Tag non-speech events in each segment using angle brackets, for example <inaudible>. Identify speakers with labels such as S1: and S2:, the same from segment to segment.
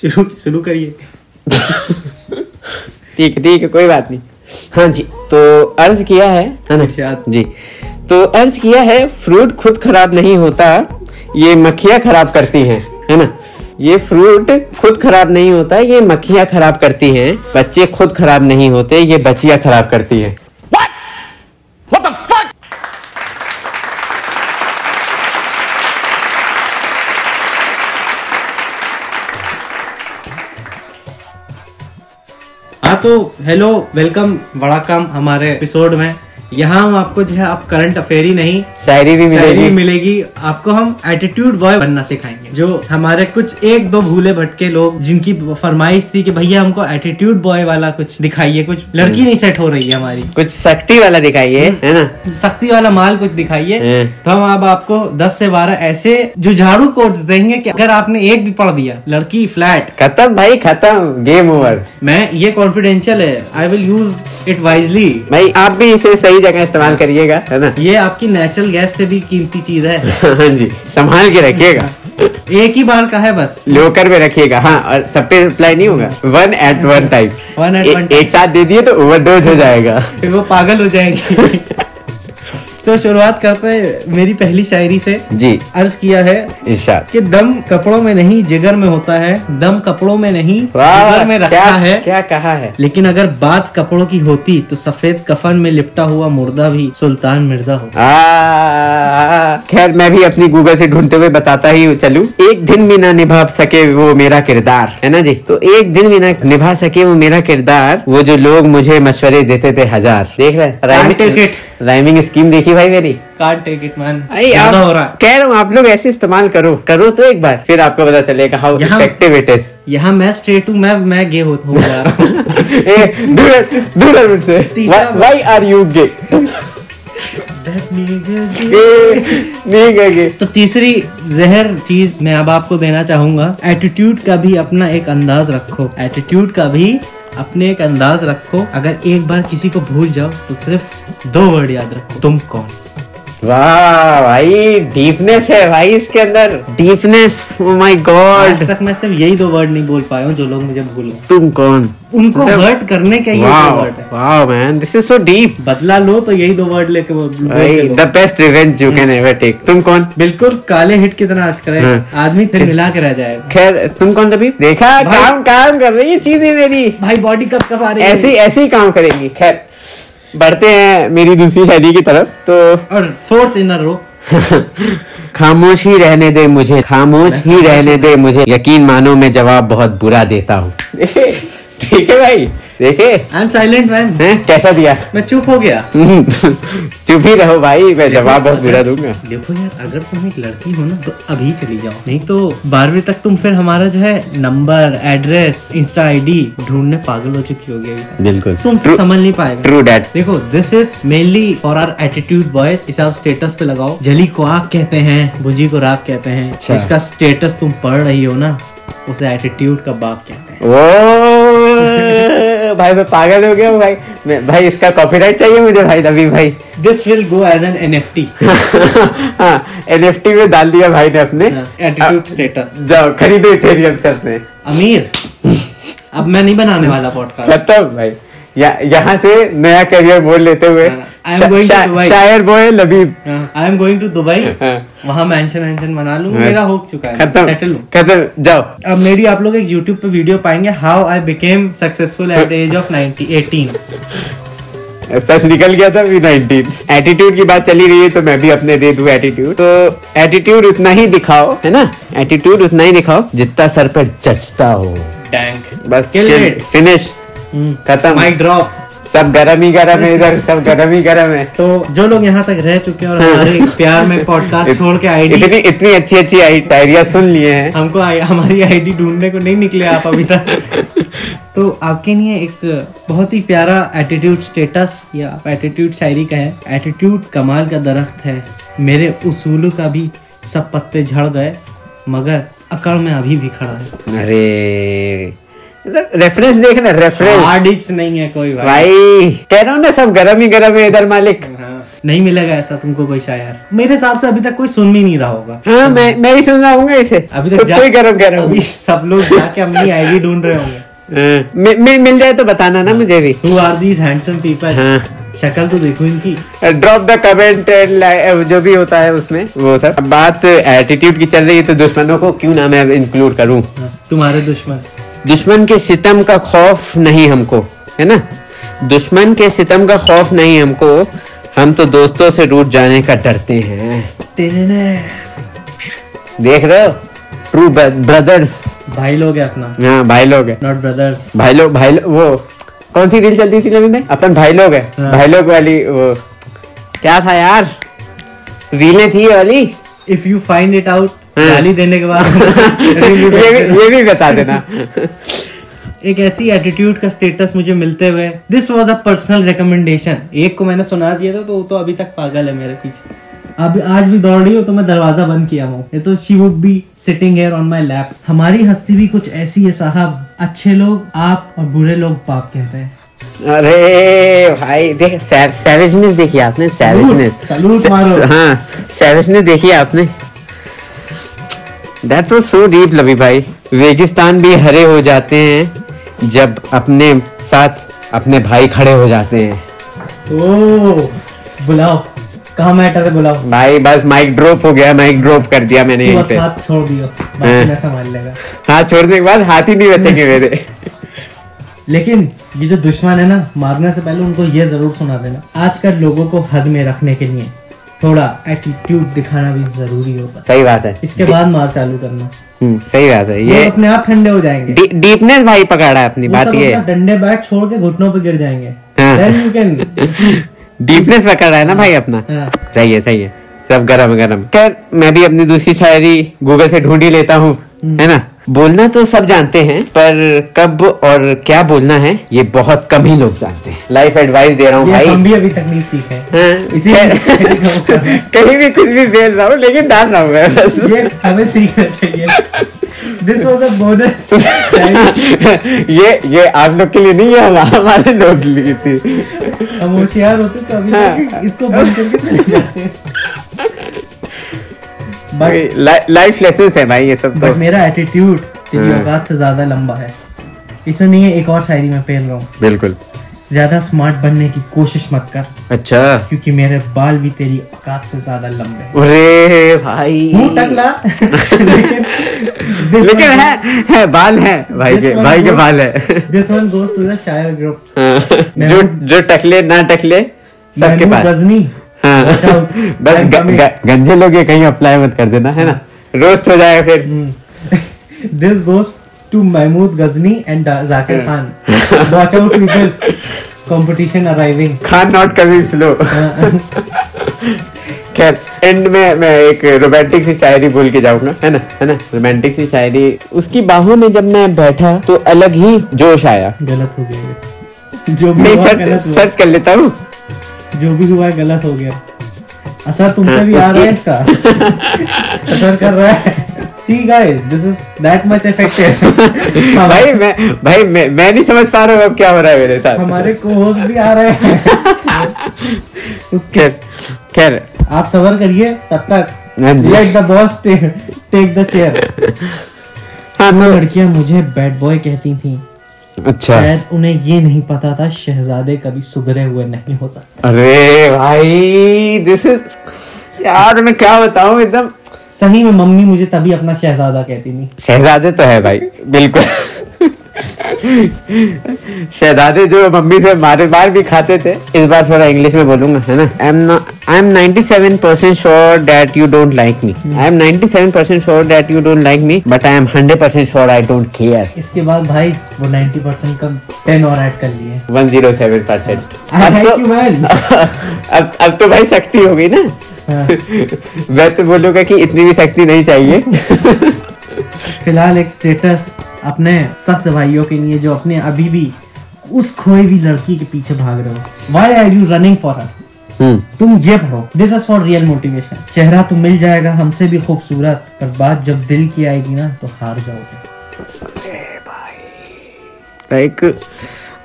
S1: शुरू शुरू करिए
S2: ठीक है ठीक है कोई बात नहीं हाँ जी तो अर्ज किया है है ना
S1: इरशाद।
S2: जी तो अर्ज किया है फ्रूट खुद खराब नहीं होता ये मक्खियाँ खराब करती हैं है ना ये फ्रूट खुद खराब नहीं होता ये मक्खियाँ खराब करती हैं बच्चे खुद खराब नहीं होते ये बच्चियाँ खराब करती हैं
S1: हाँ तो हेलो वेलकम बड़ा काम हमारे एपिसोड में यहाँ हम आपको जो है आप करंट अफेयर ही नहीं
S2: शायरी भी
S1: शायरी
S2: मिलेगी
S1: मिलेगी आपको हम एटीट्यूड बॉय बनना सिखाएंगे जो हमारे कुछ एक दो भूले भटके लोग जिनकी फरमाइश थी कि भैया हमको एटीट्यूड बॉय वाला कुछ दिखाइए कुछ लड़की नहीं सेट हो रही है हमारी
S2: कुछ सख्ती वाला दिखाइए है ना
S1: सख्ती वाला माल कुछ दिखाइए
S2: हम्म।
S1: तो हम अब आपको 10 से 12 ऐसे जुझारू कोट्स देंगे कि अगर आपने एक भी पढ़ दिया लड़की फ्लैट
S2: खत्म भाई खत्म गेम ओवर
S1: मैं ये कॉन्फिडेंशियल है I will use it wisely
S2: भाई आप भी इसे सही जगह इस्तेमाल करिएगा है ना
S1: ये आपकी नेचुरल गैस से भी कीमती चीज है
S2: <laughs> हाँ जी संभाल के रखिएगा
S1: एक ही बार का है बस
S2: लोकर में रखिएगा हाँ और सब पे अप्लाई नहीं होगा one at one time
S1: One at one time.
S2: एक साथ दे दिए तो ओवरडोज हो जाएगा
S1: फिर वो पागल हो जाएंगे तो शुरुआत करते हैं मेरी पहली शायरी से
S2: जी
S1: अर्ज किया है
S2: इशाद
S1: कि दम कपड़ों में नहीं जिगर में होता है दम कपड़ों में नहीं जिगर में रखा
S2: क्या
S1: है
S2: क्या कहा है
S1: लेकिन अगर बात कपड़ों की होती तो सफेद कफन में लिपटा हुआ मुर्दा भी सुल्तान मिर्जा हो
S2: आ, आ, खैर मैं भी अपनी गूगल से ढूंढते हुए बताता ही चलूं एक दिन भी ना निभा सके वो मेरा किरदार है ना जी तो एक दिन भी ना निभा सके वो मेरा किरदार वो जो लोग मुझे मशवरे देते थे हजार देख
S1: Can't take
S2: रहे
S1: it.
S2: राइमिंग स्कीम देखी भाई मेरी
S1: काट टेक इट मैन
S2: अरे आप
S1: हो रहा है
S2: कह रहा हूँ आप लोग ऐसे इस्तेमाल करो करो तो एक बार फिर आपको पता चलेगा हाउ
S1: यहाँ-
S2: इफेक्टिव इट <laughs> इज
S1: यहाँ मैं स्ट्रेट हूँ मैं मैं गे हो हो जा रहा हूँ
S2: दूर दूर है मुझसे
S1: तीसरा बार।
S2: Why are you <laughs> gay
S1: That nigga gay.
S2: नहीं गे
S1: तो तीसरी जहर चीज मैं अब आपको देना चाहूंगा एटीट्यूड का भी अपना एक अंदाज रखो एटीट्यूड का भी अपने एक अंदाज रखो अगर एक बार किसी को भूल जाओ तो सिर्फ दो वर्ड याद रखो तुम कौन
S2: वाह भाई डीपनेस है भाई इसके अंदर oh डीपनेस ओ माय
S1: आज
S2: गॉड
S1: तक मैं सिर्फ यही दो वर्ड नहीं बोल पाया हूँ जो लोग मुझे भूल गए
S2: तुम कौन
S1: उनको
S2: मतलब-
S1: हर्ट करने का ये दो
S2: वाओ
S1: वर्ड है
S2: wow man this is so deep
S1: बदला लो तो यही दो वर्ड लेके वो- बोल के
S2: भाई
S1: लो।
S2: द बेस्ट रिवेंज यू
S1: हाँ।
S2: कैन एवर टेक तुम कौन
S1: बिल्कुल काले हिट की तरह करे
S2: हाँ।
S1: आदमी फिर मिला के रह जाएगा
S2: खैर तुम कौन तभी देखा
S1: भाई-
S2: काम काम कर रही है चीजें मेरी
S1: भाई बॉडी कब कब आ रही है?
S2: ऐसे ऐसे ही काम करेंगी खैर बढ़ते हैं मेरी दूसरी शायरी की तरफ तो <laughs>
S1: और फोर्थ इन रो
S2: खामोश ही रहने दे मुझे खामोश <laughs> ही रहने दे मुझे यकीन मानो मैं जवाब बहुत बुरा देता हूँ देखे देखे भाई देखे
S1: आई एम साइलेंट मैन
S2: हैं कैसा दिया <laughs>
S1: मैं चुप हो गया
S2: चुप ही रहो भाई मैं जवाब बहुत बुरा दूंगा
S1: देखो यार अगर तुम एक लड़की हो ना तो अभी चली जाओ नहीं तो बारहवीं तक तुम फिर हमारा जो है नंबर एड्रेस इंस्टा आईडी ढूंढने पागल हो चुकी होगी अभी तक।
S2: बिल्कुल
S1: तुमसे समझ नहीं पाएगा
S2: ट्रू डैट
S1: देखो this is mainly for our attitude boys इसे आप स्टेटस पे लगाओ जली को आग कहते हैं भुजी को राग कहते हैं
S2: अच्छा।
S1: जिसका स्टेटस तुम पढ़ रही हो ना उसे एटीट्यूड का बाप कहते हैं
S2: ओ भाई मैं पागल हो गया हूँ भाई मैं भाई इसका कॉपीराइट चाहिए मुझे भाई नबी भाई
S1: this will go as an N F T
S2: हाँ एनएफटी में डाल दिया भाई ने अपने
S1: हाँ, एटीट्यूड स्टेटस
S2: जाओ खरीदो इथेरियम से अपने
S1: हाँ। अमीर अब मैं नहीं बनाने वाला पॉडकास्ट <laughs>
S2: खत्म भाई या- यहाँ से नया करियर मोड़ लेते हुए
S1: हाँ, I am going to
S2: शा-
S1: Dubai.
S2: शायर बोए Labib
S1: I am going to Dubai
S2: हाँ,
S1: वहां मेंशन मेंशन बना लूं
S2: हाँ।
S1: मेरा हो चुका है
S2: खत्म
S1: सेटल हूं
S2: खत्म जाओ
S1: अब मेरी आप लोग एक YouTube पे वीडियो पाएंगे how I became successful at the age of 90 18
S2: सच निकल गया था भी 19 एटीट्यूड की बात चली रही है तो मैं भी अपने दे दूं एटीट्यूड तो एटीट्यूड उतना ही दिखाओ है ना एटीट्यूड उतना ही दिखाओ जितना सर पर जचता हो
S1: डैंक
S2: बस
S1: Kill it. Hmm.
S2: Finish
S1: mic
S2: खत्म
S1: ड्रॉप
S2: सब गरम ही गरम है इधर सब गरम ही गरम है
S1: तो जो लोग यहाँ तक रह चुके हैं और हमारे प्यार में
S2: <laughs>
S1: पॉडकास्ट छोड़ के आईडी
S2: इतनी इतनी अच्छी अच्छी आई- डायरिया सुन लिए हैं
S1: हमको आई- हमारी आईडी ढूंढने को नहीं निकले आप अभी तक तो आपके लिए एक बहुत ही प्यारा एटीट्यूड स्टेटस या एटीट्यूड शायरी का है एटीट्यूड कमाल का दरख्त है मेरे उसूलों का भी सब पत्ते झड़ गए मगर अकड़ में अभी भी खड़ा है
S2: अरे रेफरेंस देखना रेफरेंस
S1: हार्ड इच नहीं है कोई भाई
S2: भाई कह रहा हूँ ना सब गरम ही गरम है इधर मालिक
S1: हाँ। नहीं मिलेगा ऐसा तुमको कोई शायर मेरे हिसाब से अभी तक कोई सुन भी नहीं रहा होगा
S2: हाँ मैं मैं ही सुन रहा हूँ इसे <laughs>
S1: अभी तक
S2: खुद को ही गर्म कह रहा हूँ
S1: अभी सब लोग जाके अपनी आईडी ढूंढ रहे होंगे
S2: हाँ, मि, मि, मिल जाए तो बताना ना मुझे भी
S1: who are these handsome people
S2: हाँ
S1: शक्ल तो देखो इनकी
S2: ड्रॉप द कमेंट एंड जो भी होता है उसमें वो सब अब बात एटीट्यूड की चल रही है तो दुश्मनों को क्यों ना मैं इंक्लूड करूं
S1: हाँ, तुम्हारे दुश्मन
S2: दुश्मन के सितम का खौफ नहीं हमको है ना दुश्मन के सितम का खौफ नहीं हमको हम तो दोस्तों से रूट जाने का डरते हैं
S1: टेनेने।
S2: देख रहे हो ट्रू ब्रदर्स
S1: भाई लोग है अपना
S2: हाँ भाई लोग हैं
S1: नॉट ब्रदर्स
S2: भाई लोग भाई लोग वो कौन सी रील चलती थी नवीन भाई अपन भाई लोग है
S1: हाँ।
S2: भाई लोग वाली वो क्या था यार रीलें थी ये वाली
S1: if you find it out
S2: हाँ।
S1: गाली देने के बाद <laughs>
S2: <laughs> ये भी ये भी बता देना
S1: एक ऐसी एटीट्यूड का स्टेटस मुझे मिलते हुए this was a personal recommendation एक को मैंने सुना दिया था तो वो तो अभी तक पागल है मेरे पीछे अब आज भी दौड़ रही हो तो मैं दरवाजा बंद किया हूँ ये तो she would be sitting here on my lap हमारी हस्ती भी कुछ ऐसी है साहब अच्छे लोग आप और बुरे लोग पाप कहते हैं
S2: अरे भाई देख सैवेजनेस देखी आपने सैवेजनेस
S1: salute मारो।
S2: हाँ सैवेजनेस देखी आपने दैट्स वाज सो डीप लवी भाई रेगिस्तान भी हरे हो जाते हैं जब अपने साथ अपने भाई खड़े हो जाते हैं
S1: ओ बुलाओ कहा मैटर है बुलाओ
S2: भाई बस माइक ड्रॉप हो गया माइक ड्रॉप कर दिया मैंने
S1: तू
S2: यहीं
S1: बस
S2: पे
S1: हाथ छोड़ दियो
S2: हाँ।
S1: बाकी मैं संभाल लेगा
S2: हाथ छोड़ने के बाद हाथ ही नहीं बचेंगे मेरे
S1: लेकिन ये जो दुश्मन है ना मारने से पहले उनको ये जरूर सुना देना आजकल लोगों को हद में रखने के लिए थोड़ा एटीट्यूड दिखाना भी जरूरी होता है
S2: सही बात है
S1: इसके बाद मार चालू करना
S2: हम्म, सही बात है
S1: ये
S2: ये
S1: अपने आप ठंडे हो जाएंगे
S2: डीपनेस भाई पकड़ा है अपनी
S1: वो
S2: बात
S1: सब
S2: ये
S1: अपना डंडे बैट छोड़ के घुटनों पे गिर जाएंगे
S2: हाँ।
S1: देन यू कैन
S2: <laughs> डीपनेस पकड़ रहा है ना भाई अपना
S1: हाँ।
S2: सही है सही है सब गरम गरम खैर मैं भी अपनी दूसरी शायरी गूगल से ढूंढ ही लेता हूँ
S1: हम्म।
S2: है ना बोलना तो सब जानते हैं पर कब और क्या बोलना है ये बहुत कम ही लोग जानते हैं लाइफ एडवाइस दे रहा हूँ
S1: ये
S2: भाई
S1: हम भी अभी तक नहीं सीखे
S2: हाँ,
S1: इसी
S2: खैर, <laughs> कहीं भी कुछ भी बेच रहा हूँ लेकिन डाल रहा हूँ मैं बस <laughs>
S1: ये हमें सीखना चाहिए दिस वाज अ
S2: <laughs>
S1: बोनस
S2: ये ये आप लोग के लिए नहीं है हम- हमारे लोग के लिए थी
S1: हम होशियार होते तो अभी
S2: हाँ।
S1: तक इसको बंद करके चले जाते बट
S2: लाइफ लेसन है भाई ये सब तो
S1: बट मेरा एटीट्यूड तेरी
S2: हाँ।
S1: औकात से ज्यादा लंबा है इसलिए नहीं है एक और शायरी में पेल रहा हूँ
S2: बिल्कुल
S1: ज्यादा स्मार्ट बनने की कोशिश मत कर
S2: अच्छा
S1: क्योंकि मेरे बाल भी तेरी औकात से ज्यादा लंबे हैं।
S2: अरे भाई
S1: हूँ टकला लेकिन
S2: लेकिन है, है बाल है भाई के भाई के बाल <laughs> है
S1: this one goes to the शायर ग्रुप
S2: जो जो टकले ना टकले सबके
S1: महमूद
S2: पास
S1: गजनी
S2: हाँ।
S1: watch out,
S2: <laughs> बस
S1: I'm
S2: ग-
S1: coming.
S2: ग- गंजे लोग ये कहीं अप्लाई मत कर देना है ना रोस्ट हो जाएगा फिर
S1: <laughs> this goes to Mahmud Ghazni and
S2: हाँ।
S1: Zakir Khan watch out
S2: <laughs>
S1: people competition arriving
S2: Khan not coming slow खैर एंड में मैं एक रोमांटिक सी शायरी बोल के जाऊंगा है ना है ना रोमांटिक सी शायरी उसकी बाहों में जब मैं बैठा तो अलग ही जोश आया
S1: गलत हो गया ये। जो भी
S2: मैं
S1: हुआ गलत
S2: सर्च
S1: हुआ
S2: सर्च कर लेता हूँ
S1: जो भी हुआ है गलत हो गया असर तुम पे भी आ रहा है इसका असर कर रहा है see guys this is that much effective
S2: <laughs> भाई मैं भाई मैं, मैं नहीं समझ पा रहा हूँ अब क्या हो रहा है मेरे साथ
S1: हमारे कोहोस्ट भी आ रहे हैं उसके
S2: खैर खैर
S1: आप सबर करिए तब तक
S2: हाँ जी
S1: let the boss take the chair
S2: हाँ
S1: वो
S2: तो
S1: लड़कियां मुझे बैड बॉय कहती थी
S2: अच्छा
S1: शायद उन्हें ये नहीं पता था शहजादे कभी सुधरे हुए नहीं हो सकते
S2: अरे भाई दिस इज यार मैं क्या बताऊँ एकदम
S1: सही में मम्मी मुझे तभी अपना शहजादा कहती थी
S2: शहजादे तो है भाई बिल्कुल शहजादे जो मम्मी से मारे मार भी खाते थे इस बार थोड़ा इंग्लिश में बोलूंगा है ना I am I am 97% percent sure that you don't like me I am 97% percent sure that you don't like me but I am 100% percent sure I don't care
S1: इसके बाद भाई वो 90% का 10 और ऐड कर लिए
S2: 107 परसेंट
S1: I like
S2: अब
S1: हाँ, you
S2: तो
S1: man.
S2: <laughs> अब अब तो भाई सख्ती हो गई ना
S1: हाँ,
S2: <laughs> मैं तो बोलूंगा कि इतनी भी सख्ती नहीं
S1: <laughs>
S2: चाहिए
S1: फिलहाल एक स्टेटस अपने सख्त भाइयों के लिए जो अपने अभी भी उस खोई हुई लड़की के पीछे भाग रहे हो why are you running for her
S2: हम्म
S1: तुम ये पढ़ो this is for real motivation चेहरा तो मिल जाएगा हमसे भी खूबसूरत पर बात जब दिल की आएगी ना तो हार जाओगे
S2: लाइक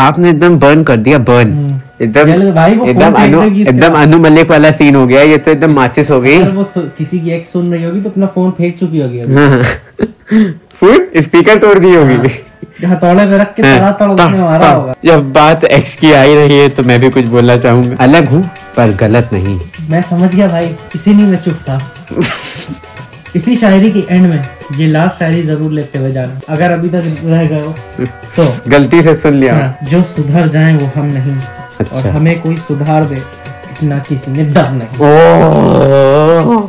S2: आपने एकदम बर्न कर दिया बर्न एकदम
S1: जल- हम्म। भाई वो फोन
S2: एकदम
S1: पे
S2: अनु
S1: एकदम घिस गया।
S2: एकदम अनु मलिक वाला सीन हो गया ये तो एकदम माचिस हो गई
S1: अगर वो सु- किसी की एक्स सुन रही होगी तो अपना फोन फेंक चुकी होगी अभी।
S2: फूल स्पीकर हाँ। तोड़ दी होगी हाँ।
S1: हथौड़े में रख के तड़ा तड़ उसने मारा हाँ, होगा
S2: जब बात एक्स की आई रही है तो मैं भी कुछ बोलना चाहूंगा अलग हूँ पर गलत नहीं
S1: मैं समझ गया भाई इसीलिए मैं चुप था इसी शायरी के एंड में ये लास्ट शायरी जरूर लेते हुए जाना अगर अभी तक रह गए हो तो
S2: गलती से सुन लिया
S1: हाँ, जो सुधर जाए वो हम नहीं और
S2: अच्छा
S1: हमें कोई सुधार दे इतना किसी में दम नहीं
S2: ओ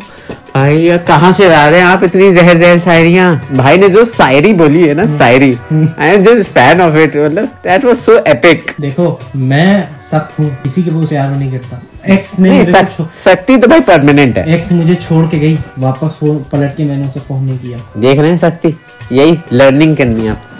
S2: भाई ये कहाँ से ला रहे हैं आप इतनी जहर जहर शायरियाँ भाई ने जो शायरी बोली है ना शायरी I am just fan of it मतलब दैट वाज सो एपिक
S1: देखो मैं सख्त हूँ किसी के वो प्यार नहीं करता एक्स ने
S2: नहीं
S1: मुझे
S2: सक-
S1: छो-
S2: सख्ती तो भाई परमानेंट है
S1: एक्स मुझे छोड़ के गई वापस फोन पलट के मैंने उसे फोन नहीं किया
S2: देख रहे हैं सख्ती यही लर्निंग करनी है आप